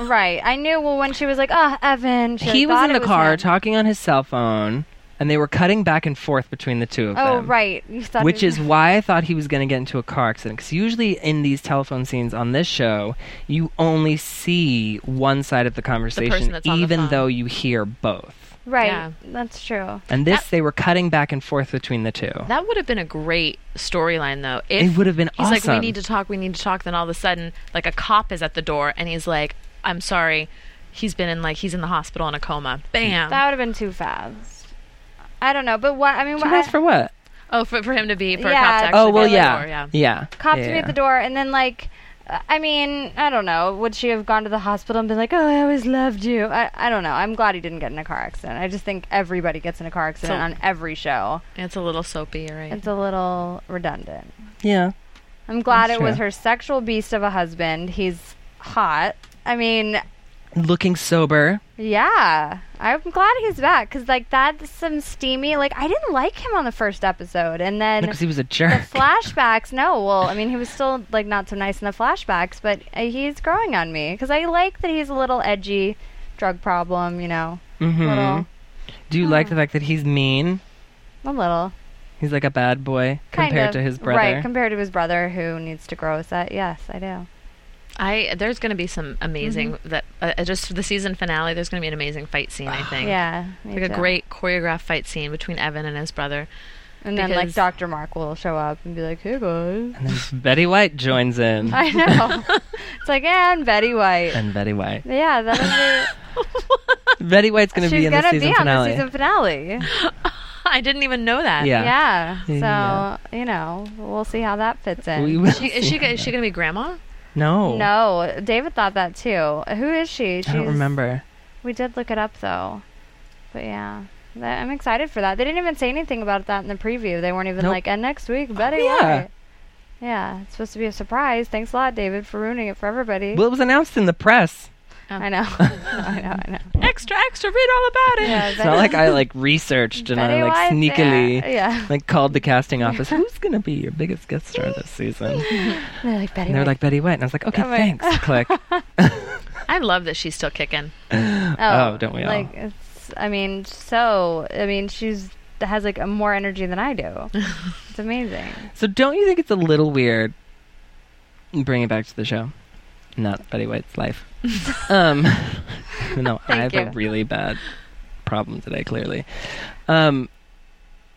right. I knew well when she was like, "Oh, Evan." She
he was
thought
in
it
the car
him.
talking on his cell phone, and they were cutting back and forth between the two of
Oh,
them.
right. You thought
which
it-
is why I thought he was going to get into a car accident. Because usually in these telephone scenes on this show, you only see one side of the conversation,
that's on the
even
phone.
though you hear both.
right.
Yeah.
That's true.
And this,
That-
they were cutting back and forth between the two.
That would have been a great storyline, though.
It would have been
he's like,
awesome.
we need to talk, we need to talk. Then all of a sudden, like a cop is at the door, and he's like, I'm sorry, he's been in like he's in the hospital in a coma. Bam.
That would have been too fast. I don't know, but what I mean,
Two
what,
guys for what?
oh, for, for him to be for a
Yeah,
cop to actually
Oh
be
well,
at the
yeah,
door, yeah.
yeah.
cop
yeah,
to be
yeah.
at the door, and then like, uh, I mean, I don't know. Would she have gone to the hospital and been like, "Oh, I always loved you"? I, I don't know. I'm glad he didn't get in a car accident. I just think everybody gets in a car accident
So-
on every show.
It's a little soapy, you're right?
It's a little redundant.
Yeah,
I'm glad
That's
it was
true.
her sexual beast of a husband. He's hot. I mean,
looking sober.
Yeah, I'm glad he's back because like that's some steamy. Like I didn't like him on the first episode, and then
Because he was a
the
jerk.
flashbacks. No, well, I mean he was still like not so nice in the flashbacks, but uh, he's growing on me because I like that he's a little edgy, drug problem. You know,
hmm
little,
Do you like the fact that he's mean?
a little
He's like a bad boy
kind
compared
of,
to his brother.
Right, compared to his brother who needs to grow a set. Yes, I do.
I there's going to be some amazing
Mm-hmm.
that uh, uh, just for the season finale. There's going to be an amazing fight scene. I think.
Ah, Yeah, me
Like a
too.
great choreographed fight scene between Evan and his brother.
And then like
because-
Dr. Mark will show up and be like, "Hey
and
guys."
then Betty White joins in,
I know. it's like, and Betty White.
and Betty White.
Yeah, that'll be.
Betty White's going to be
She's
in the
gonna
season
be on
finale.
the season finale.
I didn't even know that.
yeah.
Yeah.
Yeah.
So you know, we'll see how that fits in.
We will
She, is
see
she
how
is she
that-
going to be grandma?
No.
no, David thought that too. Who is she?
Oh. I don't
She's-
remember.
We did look it up though, but yeah, That- I'm excited for that. They didn't even say anything about that in the preview. They weren't even
Nope. Oh,
like, "And next week, Betty."
yeah.
White." Yeah, it's supposed to be a surprise. Thanks a lot, David, for ruining it for everybody.
Well, it was announced in the press.
I know. I know. I know.
extra, extra. Read all about it.
Yeah,
It's not like I like researched and I like
Pennywise, yeah,
sneakily
yeah.
like called the casting office. Who's gonna be your biggest guest star this season?
They're like Betty.
And they were
White.
like Betty White, and I was like, okay,
Oh my-
thanks. Click.
I love that she's still kicking.
oh, don't we all?
Like it's. I mean, so I mean, she's has like a more energy than I do. it's amazing.
So don't you think it's a little weird? Bring it back to the show, not Betty White's life. um, even though I have
Thank
a
you.
really bad problem today, clearly, um,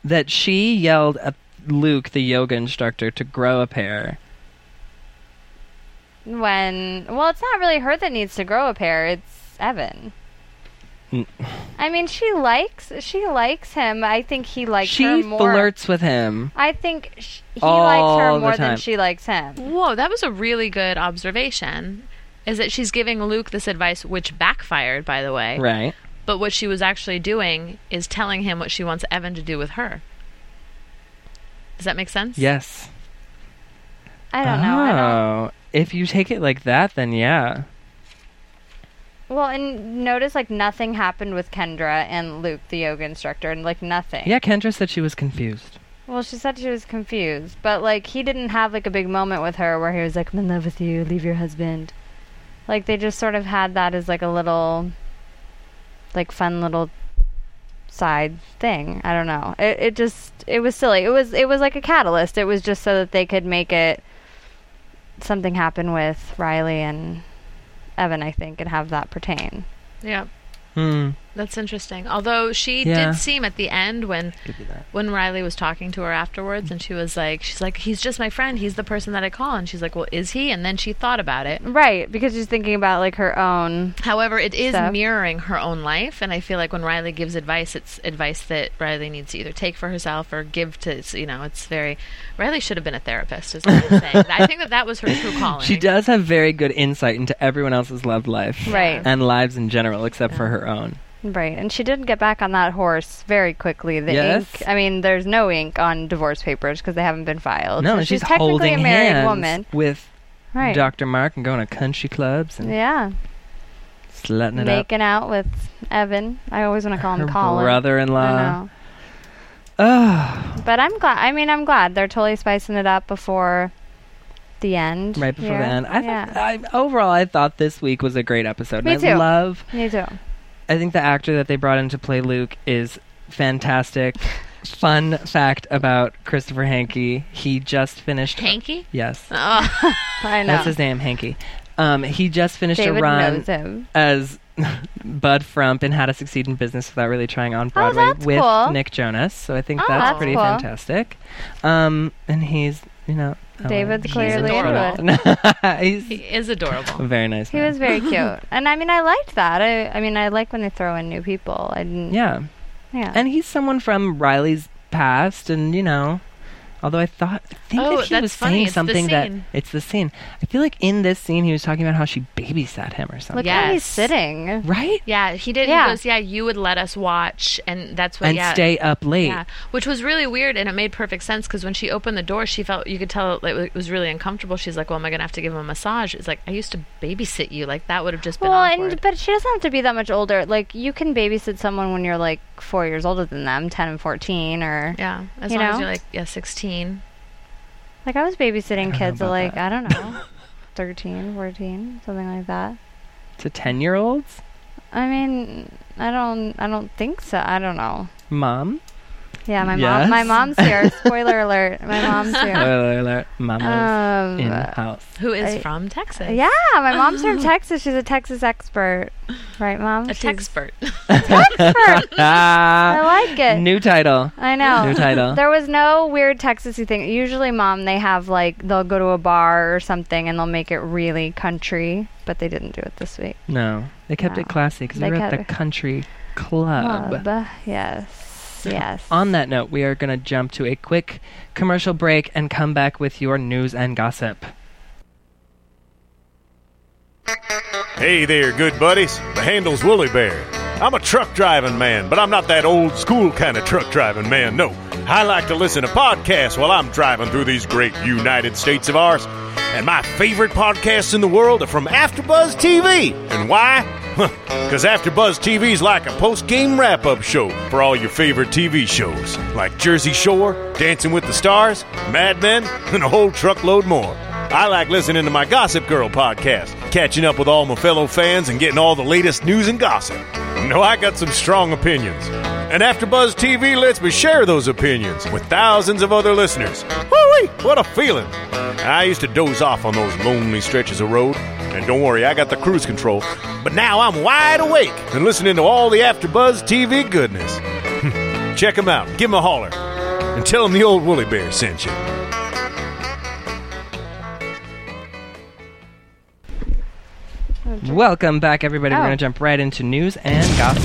that she yelled at Luke, the yoga instructor, to grow a pair.
When well, it's not really her that needs to grow a pair. It's Evan.
Mm.
I mean, she likes she likes him. I think he likes
she
her more.
flirts with him.
I think sh- he likes
All
her
the
more
time.
than she likes him.
Whoa, that was a really good observation. Is that she's giving Luke this advice, which backfired, by the way.
Right.
But what she was actually doing is telling him what she wants Evan to do with her. Does that make sense?
Yes.
I don't know. I don't,
Oh, if you take it like that, then yeah.
Well, and notice like nothing happened with Kendra and Luke, the yoga instructor, and like nothing.
Yeah, Kendra said she was confused.
Well, she said she was confused, but like he didn't have like a big moment with her where he was like, "I'm in love with you. Leave your husband." Like they just sort of had that as like a little, like fun little side thing. I don't know. It it just it was silly. It was it was like a catalyst. It was just so that they could make it something happen with Riley and Evan, I think, and have that pertain.
Yeah.
Hmm.
That's interesting. Although she
Yeah.
did seem at the end when
Could be that.
when Riley was talking to her afterwards and she was like she's like he's just my friend, he's the person that I call and she's like, "Well, is he?" And then she thought about it.
Right, because she's thinking about like her own
However, it is
Stuff.
mirroring her own life, and I feel like when Riley gives advice, it's advice that Riley needs to either take for herself or give to. it's, You know, it's very. Riley should have been a therapist. Is what I'm saying. I think that that was her true calling.
She does have very good insight into everyone else's love life
Right.
and lives in general, except for her own.
Right, and she did get back on that horse very quickly. The
Yes.
ink, I mean, there's no ink on divorce papers because they haven't been filed.
No,
Oh, So
and she's,
technically
holding
a married
hands
woman.
with
Right.
Dr. Mark and going to country clubs and
yeah,
slutting it up.
making out with Evan. I always want to call
Her
him Colin.
brother-in-law.
I know. But I'm glad. I mean, I'm glad they're totally spicing it up before the end.
Right before
here.
the end, I,
yeah.
thought, I overall I thought this week was a great episode.
Me
and I
too.
love
Me too.
I think the actor that they brought in to play Luke is fantastic. Fun fact about Christopher Hankey: he just finished.
Hanky.
Yes,
I know.
that's his name, Hankey. Um, he just finished
David
a run
knows him.
as Bud Frump in How to Succeed in Business Without Really Trying on Broadway
Oh, that's
with
cool.
Nick Jonas. So I think
Oh,
that's,
that's
pretty
cool.
fantastic. Um, and he's, you know, oh,
David
he's
clearly
adorable.
He
he's
is
a
adorable.
very nice.
He
man.
was very cute, and I mean, I liked that. I, I mean, I like when they throw in new people. I didn't.
yeah,
yeah.
and he's someone from Riley's past, and you know. Although I thought, I think
Oh,
that he
that's
was
funny.
saying
It's the
something that
scene.
it's the scene. I feel like in this scene he was talking about how she babysat him or something,
Look how
Yes.
he's sitting.
right?
Yeah, he did.
Yeah.
He goes, "Yeah, you would let us watch," and that's what.
and
yeah,
stay up late.
Yeah, which was really weird, and it made perfect sense because when she opened the door, she felt you could tell like, it was really uncomfortable. She's like, "Well, am I gonna have to give him a massage?" It's like I used to babysit you. Like that would have just been
Well,
awkward.
and but she doesn't have to be that much older. Like you can babysit someone when you're like four years older than them, ten and fourteen, or
yeah, as
you
long as
know?
you're like yeah, sixteen.
like I was babysitting
know
kids at
about
like
that.
I don't know, 13, 14, something like that.
To ten year olds,
I mean, I don't, I don't think so. I don't know.
mom,
Yeah, my mom, my
Yes.
mom's here. Spoiler alert, my mom's here.
Spoiler alert, mama's
Um,
in house.
Who is
I-
from Texas?
yeah, my mom's from Texas. She's a Texas expert, right, mom?
a
She's-
Texpert.
Ah,
I like it. Oh,
New title.
I know.
New title.
There was no weird Texasy thing. Usually, mom, they have like they'll go to a bar or something and they'll make it really country, but they didn't do it this week.
No, they kept
No.
it classy because we
They
were at the
kept-
country club.
Club. Yes. Yes.
On that note, we are going to jump to a quick commercial break and come back with your news and gossip.
Hey there, good buddies. The handle's Woolly Bear. I'm a truck driving man, but I'm not that old school kind of truck driving man, no. I like to listen to podcasts while I'm driving through these great United States of ours. And my favorite podcasts in the world are from AfterBuzz TV. And why? Because AfterBuzz TV's like a post-game wrap-up show for all your favorite TV shows, like Jersey Shore, Dancing with the Stars, Mad Men, and a whole truckload more. I like listening to my Gossip Girl podcast, catching up with all my fellow fans and getting all the latest news and gossip. You know, I got some strong opinions. And AfterBuzz TV lets me share those opinions with thousands of other listeners. Woo-wee, what a feeling! I used to doze off on those lonely stretches of road, and don't worry, I got the cruise control. But now I'm wide awake and listening to all the AfterBuzz TV goodness. Check 'em out, give 'em a holler, and tell 'em the old woolly bear sent you.
Welcome back, everybody. We're
Oh.
going to jump right into news and gossip.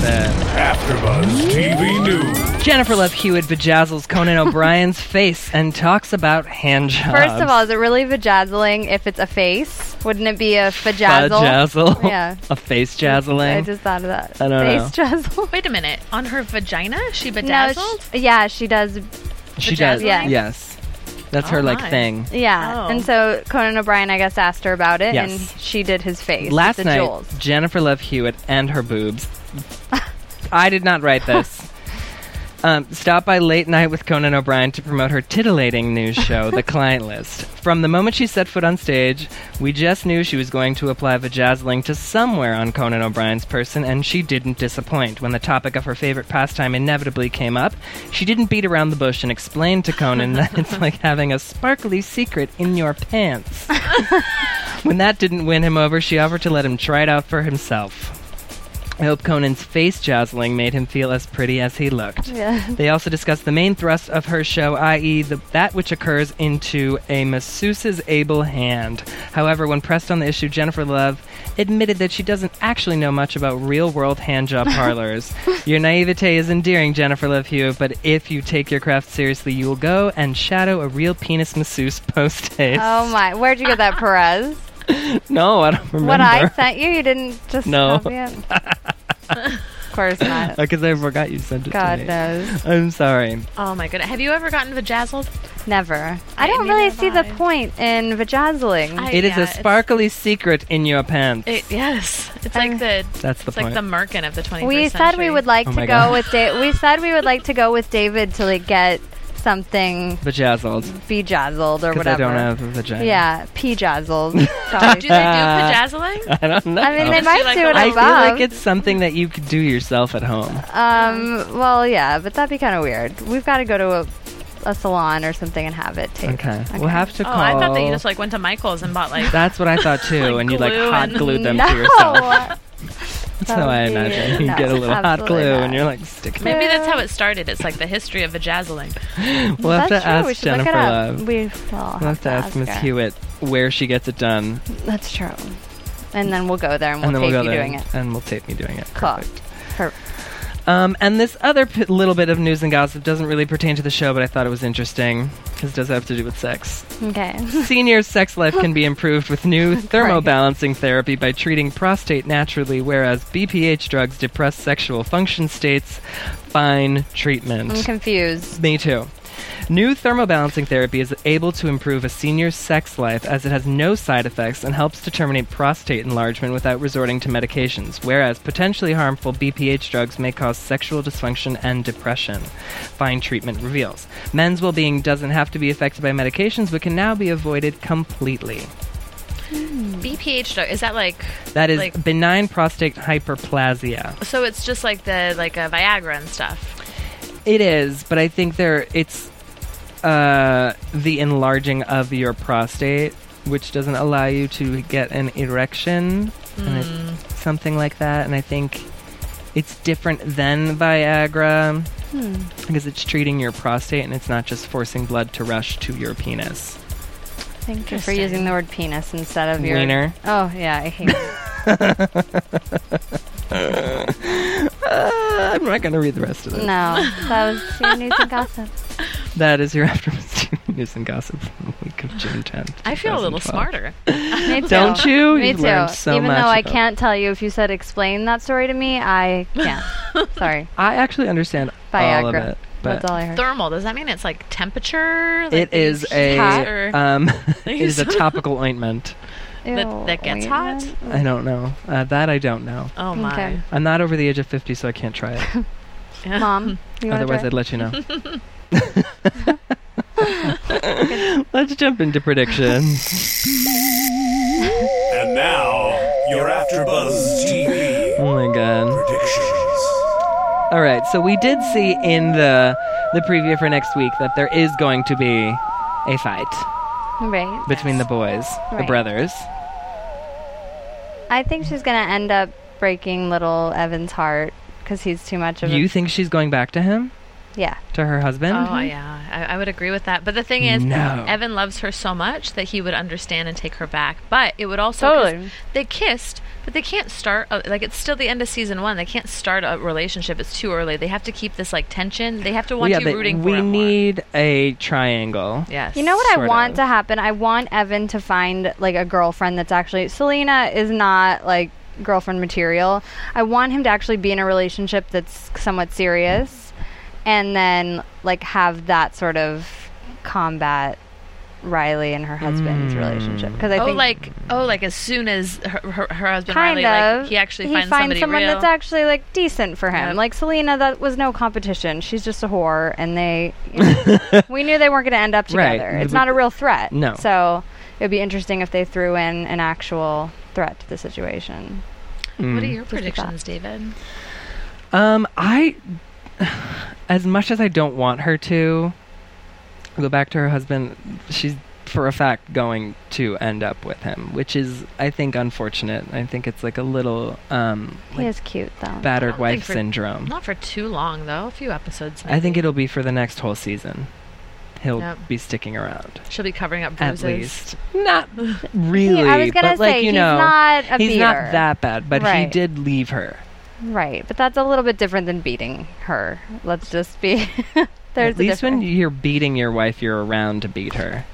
AfterBuzz TV News.
Jennifer Love Hewitt bejazzles Conan O'Brien's face and talks about hand jobs.
First of all, is it really vajazzling if it's a face? Wouldn't it be a vajazzle?
Bejazzle.
Yeah.
a face
I
jazzling.
just thought of that.
I don't know.
face jazzle.
Wait a minute. On her vagina, she
No,
bedazzled.
she- yeah, she does.
she does.
bejazzling?
Yeah.
Yes. That's her
Oh,
like
my.
thing.
Yeah,
Oh.
and so Conan O'Brien, I guess, asked her about it,
Yes.
and she did his face.
Last
the
night,
jewels.
Jennifer Love Hewitt and her boobs. I did not write this. Um, stopped by Late Night with Conan O'Brien to promote her titillating news show, The Client List. From the moment she set foot on stage, we just knew she was going to apply vajazzling to somewhere on Conan O'Brien's person, and she didn't disappoint. When the topic of her favorite pastime inevitably came up, she didn't beat around the bush and explained to Conan that it's like having a sparkly secret in your pants. When that didn't win him over, she offered to let him try it out for himself. I hope Conan's face jostling made him feel as pretty as he looked.
Yeah.
They also discussed the main thrust of her show, i.e., the, that which occurs into a masseuse's able hand. However, when pressed on the issue, Jennifer Love admitted that she doesn't actually know much about real world handjob parlors. your naivete is endearing, Jennifer Love Hewitt, but if you take your craft seriously, you will go and shadow a real penis masseuse post haste.
Oh my! Where'd you get that, Perez?
no, I don't remember.
What I sent you, you didn't just
No.
copy it? of course not.
Because Oh, I forgot you sent it
God
to me.
knows,
I'm sorry.
oh my goodness. Have you ever gotten vajazzled?
never. I don't
neither
really
have
see the
I.
point in vajazzling.
I-
It is
yeah,
a
it's-
sparkly secret in your pants.
It, yes. It's
I-
like the
That's the
it's like
point.
the Merkin of the 21st
we said
century.
we would like
Oh
to
my
go
God.
with da- we said we would like to go with David to like get something
Bejazzled.
bejazzled or
Because
whatever.
I don't have a vagina.
Yeah, pejazzled.
Do
Probably.
they do
Uh,
bedazzling?
I don't know.
I mean, they
Just
might
do like
do
a
it
I
above.
feel like it's something that you could do yourself at home.
um, well, yeah, but that'd be kind of weird. We've got to go to a, a salon or something and have it taped.
Okay. We'll have to
Oh,
call.
I thought that you just like went to Michael's and bought like
That's what I thought too, and you like
glue
hot
and-
glued them
no.
to yourself. That's
That
how
would
I
be-
imagine. You
no,
get a little hot
absolutely
glue,
not.
and you're like sticking.
Maybe that's how it started. It's like the history of vajazzling.
We'll have to
That's true. we
ask
should look
Jennifer
it up.
Love.
We will
We'll have to ask Miss
her.
Hewitt where she gets it done,
That's true. And then we'll go there and we'll
and then we'll
tape
go
you
there
doing it.
and we'll tape me doing it.
Cool. Per-
Um, and this other p- little bit of news and gossip doesn't really pertain to the show, but I thought it was interesting because it does have to do with sex.
okay.
Seniors' sex life can be improved with new thermobalancing therapy by treating prostate naturally, whereas BPH drugs depress sexual function states. Fine treatment.
I'm confused.
Me too. New thermobalancing therapy is able to improve a senior's sex life as it has no side effects and helps to terminate prostate enlargement without resorting to medications, whereas potentially harmful BPH drugs may cause sexual dysfunction and depression. Fine treatment reveals. Men's well being doesn't have to be affected by medications, but can now be avoided completely.
BPH though, is that like
That is
Like-
benign prostate hyperplasia.
so it's just like the like a Viagra and stuff.
It is, but I think there it's uh, the enlarging of your prostate, which doesn't allow you to get an erection, and
Hmm.
it's something like that. And I think it's different than Viagra
Hmm.
because it's treating your prostate, and it's not just forcing blood to rush to your penis.
Thank you for
Interesting.
using the word penis instead of your
Wiener.
Oh yeah, I hate. it.
Uh, I'm not going to read the rest of
no,
it.
that was your news and gossip.
That is your aftermath news and gossip from the week of June 10th.
I feel a
2012.
little smarter.
Me too.
Don't you?
Me
You've
too.
learned so
Even
much
though I
about-
can't tell you if you said explain that story to me, I can't. Sorry,
I actually understand all of
Viagra.
it. But
that's all I heard.
Thermal. Does that mean it's like temperature? Like
It is
heat
a
or-
um, it is a topical ointment.
Ew,
that that gets
weird.
hot?
I don't know. Uh, that I don't know.
Oh my.
Okay.
I'm not over the age of 50, so I can't try it.
Mom, you want
Otherwise,
to
I'd let you know. Let's jump into predictions.
And now, your AfterBuzz TV
Oh my god.
predictions.
All right, so we did see in the the preview for next week that there is going to be a fight
Right.
between the boys, the
Right.
brothers.
I think she's gonna end up breaking little Evan's heart because he's too much of
You
a
think she's going back to him?
yeah.
To her husband?
Oh
Mm-hmm.
yeah, I, I would agree with that. But the thing is,
No.
Evan loves her so much that he would understand and take her back. But it would also 'cause
Totally.
they kissed, but they can't start a, like it's still the end of season one. They can't start a relationship. It's too early. They have to keep this like tension. They have to
Well,
want
yeah,
you
they-
rooting
we
for him more.
need a triangle.
Yes,
You know what
Sort
I want
of.
to happen? I want Evan to find like a girlfriend that's actually Selena is not like girlfriend material. I want him to actually be in a relationship that's somewhat serious and then like have that sort of combat Riley and her
Mm.
husband's relationship because I
oh,
think
like oh, like as soon as her, her, her husband Riley,
kind of
like he actually
he
finds, somebody
someone
real.
that's actually like decent for him
Yep.
like selena that was no competition she's just a whore and they you know, we knew they weren't going to end up
Right.
together it's not a real threat
No.
so it would be interesting if they threw in an actual threat to the situation
Mm.
what are your
a thought.
predictions, David?
Hmm. Um, I, as much as I don't want her to go back to her husband, she's for a fact going to end up with him, which is, I think, unfortunate. I think it's like a little um,
he
like
is cute though
battered
think
wife
for-
syndrome.
Not for too long though. A few episodes. Maybe.
Um, I think it'll be for the next whole season. He'll
Yep.
be sticking around.
She'll be covering up
At
bruises.
least, not really.
I was gonna
but like
say,
you
he's
know,
not a
he's not
beater.
that bad. But he
Right.
did leave her.
right but that's a little bit different than beating her let's just be there's
At least
a
when
difference.
you're beating your wife, you're around to beat her.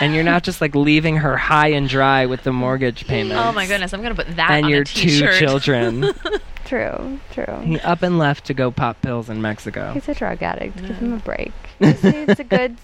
and you're not just like leaving her high and dry with the mortgage payment.
Oh my goodness! I'm gonna put that
And
on
your
a t-shirt.
two children.
true true
he up and left to go pop pills in Mexico.
he's a drug addict give him a break Just say it's a good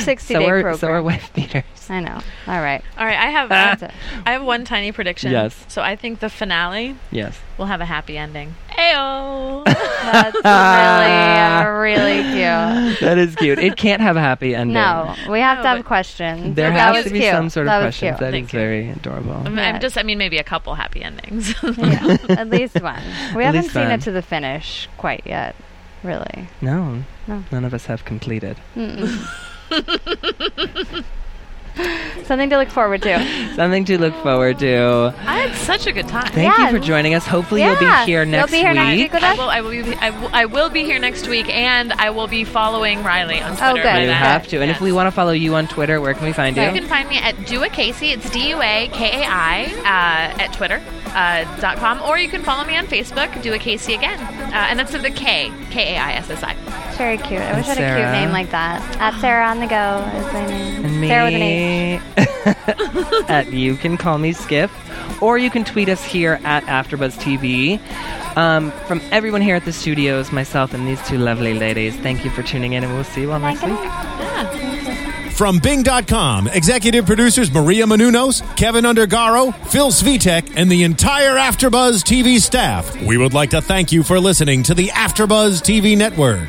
60
So
day
are,
program
so are wife beaters.
i know all right
All right, I have uh,
that's it
I have one tiny prediction.
Yes.
So I think the finale
Yes.
will have a happy ending. Ayo.
That's really, really cute.
That is cute. It can't have a happy ending.
No, we have
No,
to have
but-
questions.
There
that
has
was
to be
cute.
some sort of
that was
questions. That
Thank
is
you.
very adorable.
I'm,
Yeah.
I'm just I mean maybe a couple happy endings.
cute. Yeah, at least one. We
At
haven't
least
seen
one.
it to the finish quite yet, really.
No,
No.
none of us have completed.
Something to look forward to.
Something to look forward to.
I had such a good time.
Thank
Yes.
you for joining us. Hopefully you'll
Yeah,
be here
you'll
next
be here
week.
next week with
I
us.
will, I, will be, I, will, I will be here next week, and I will be following Riley on Twitter.
Oh, good.
by
You
then.
have to. And if we
Yes.
want to follow you on Twitter, where can we find
You
you?
can find me at Dua Casey. It's D U A K A I uh, at Twitter uh, dot com, or you can follow me on Facebook, Dua Casey again, uh, and that's the K K A I S S I.
Very cute. I wish I had a
Sarah.
cute name like that. At Sarah on the go is my name.
And me
Sarah with an E.
at you can call me Skip, or you can tweet us here at AfterBuzz TV. Um, from everyone here at the studios, myself and these two lovely ladies, thank you for tuning in, and we'll see you all next week.
From Bing.com, executive producers Maria Manunos, Kevin Undergaro, Phil Svitek, and the entire Afterbuzz TV staff. We would like to thank you for listening to the Afterbuzz TV network.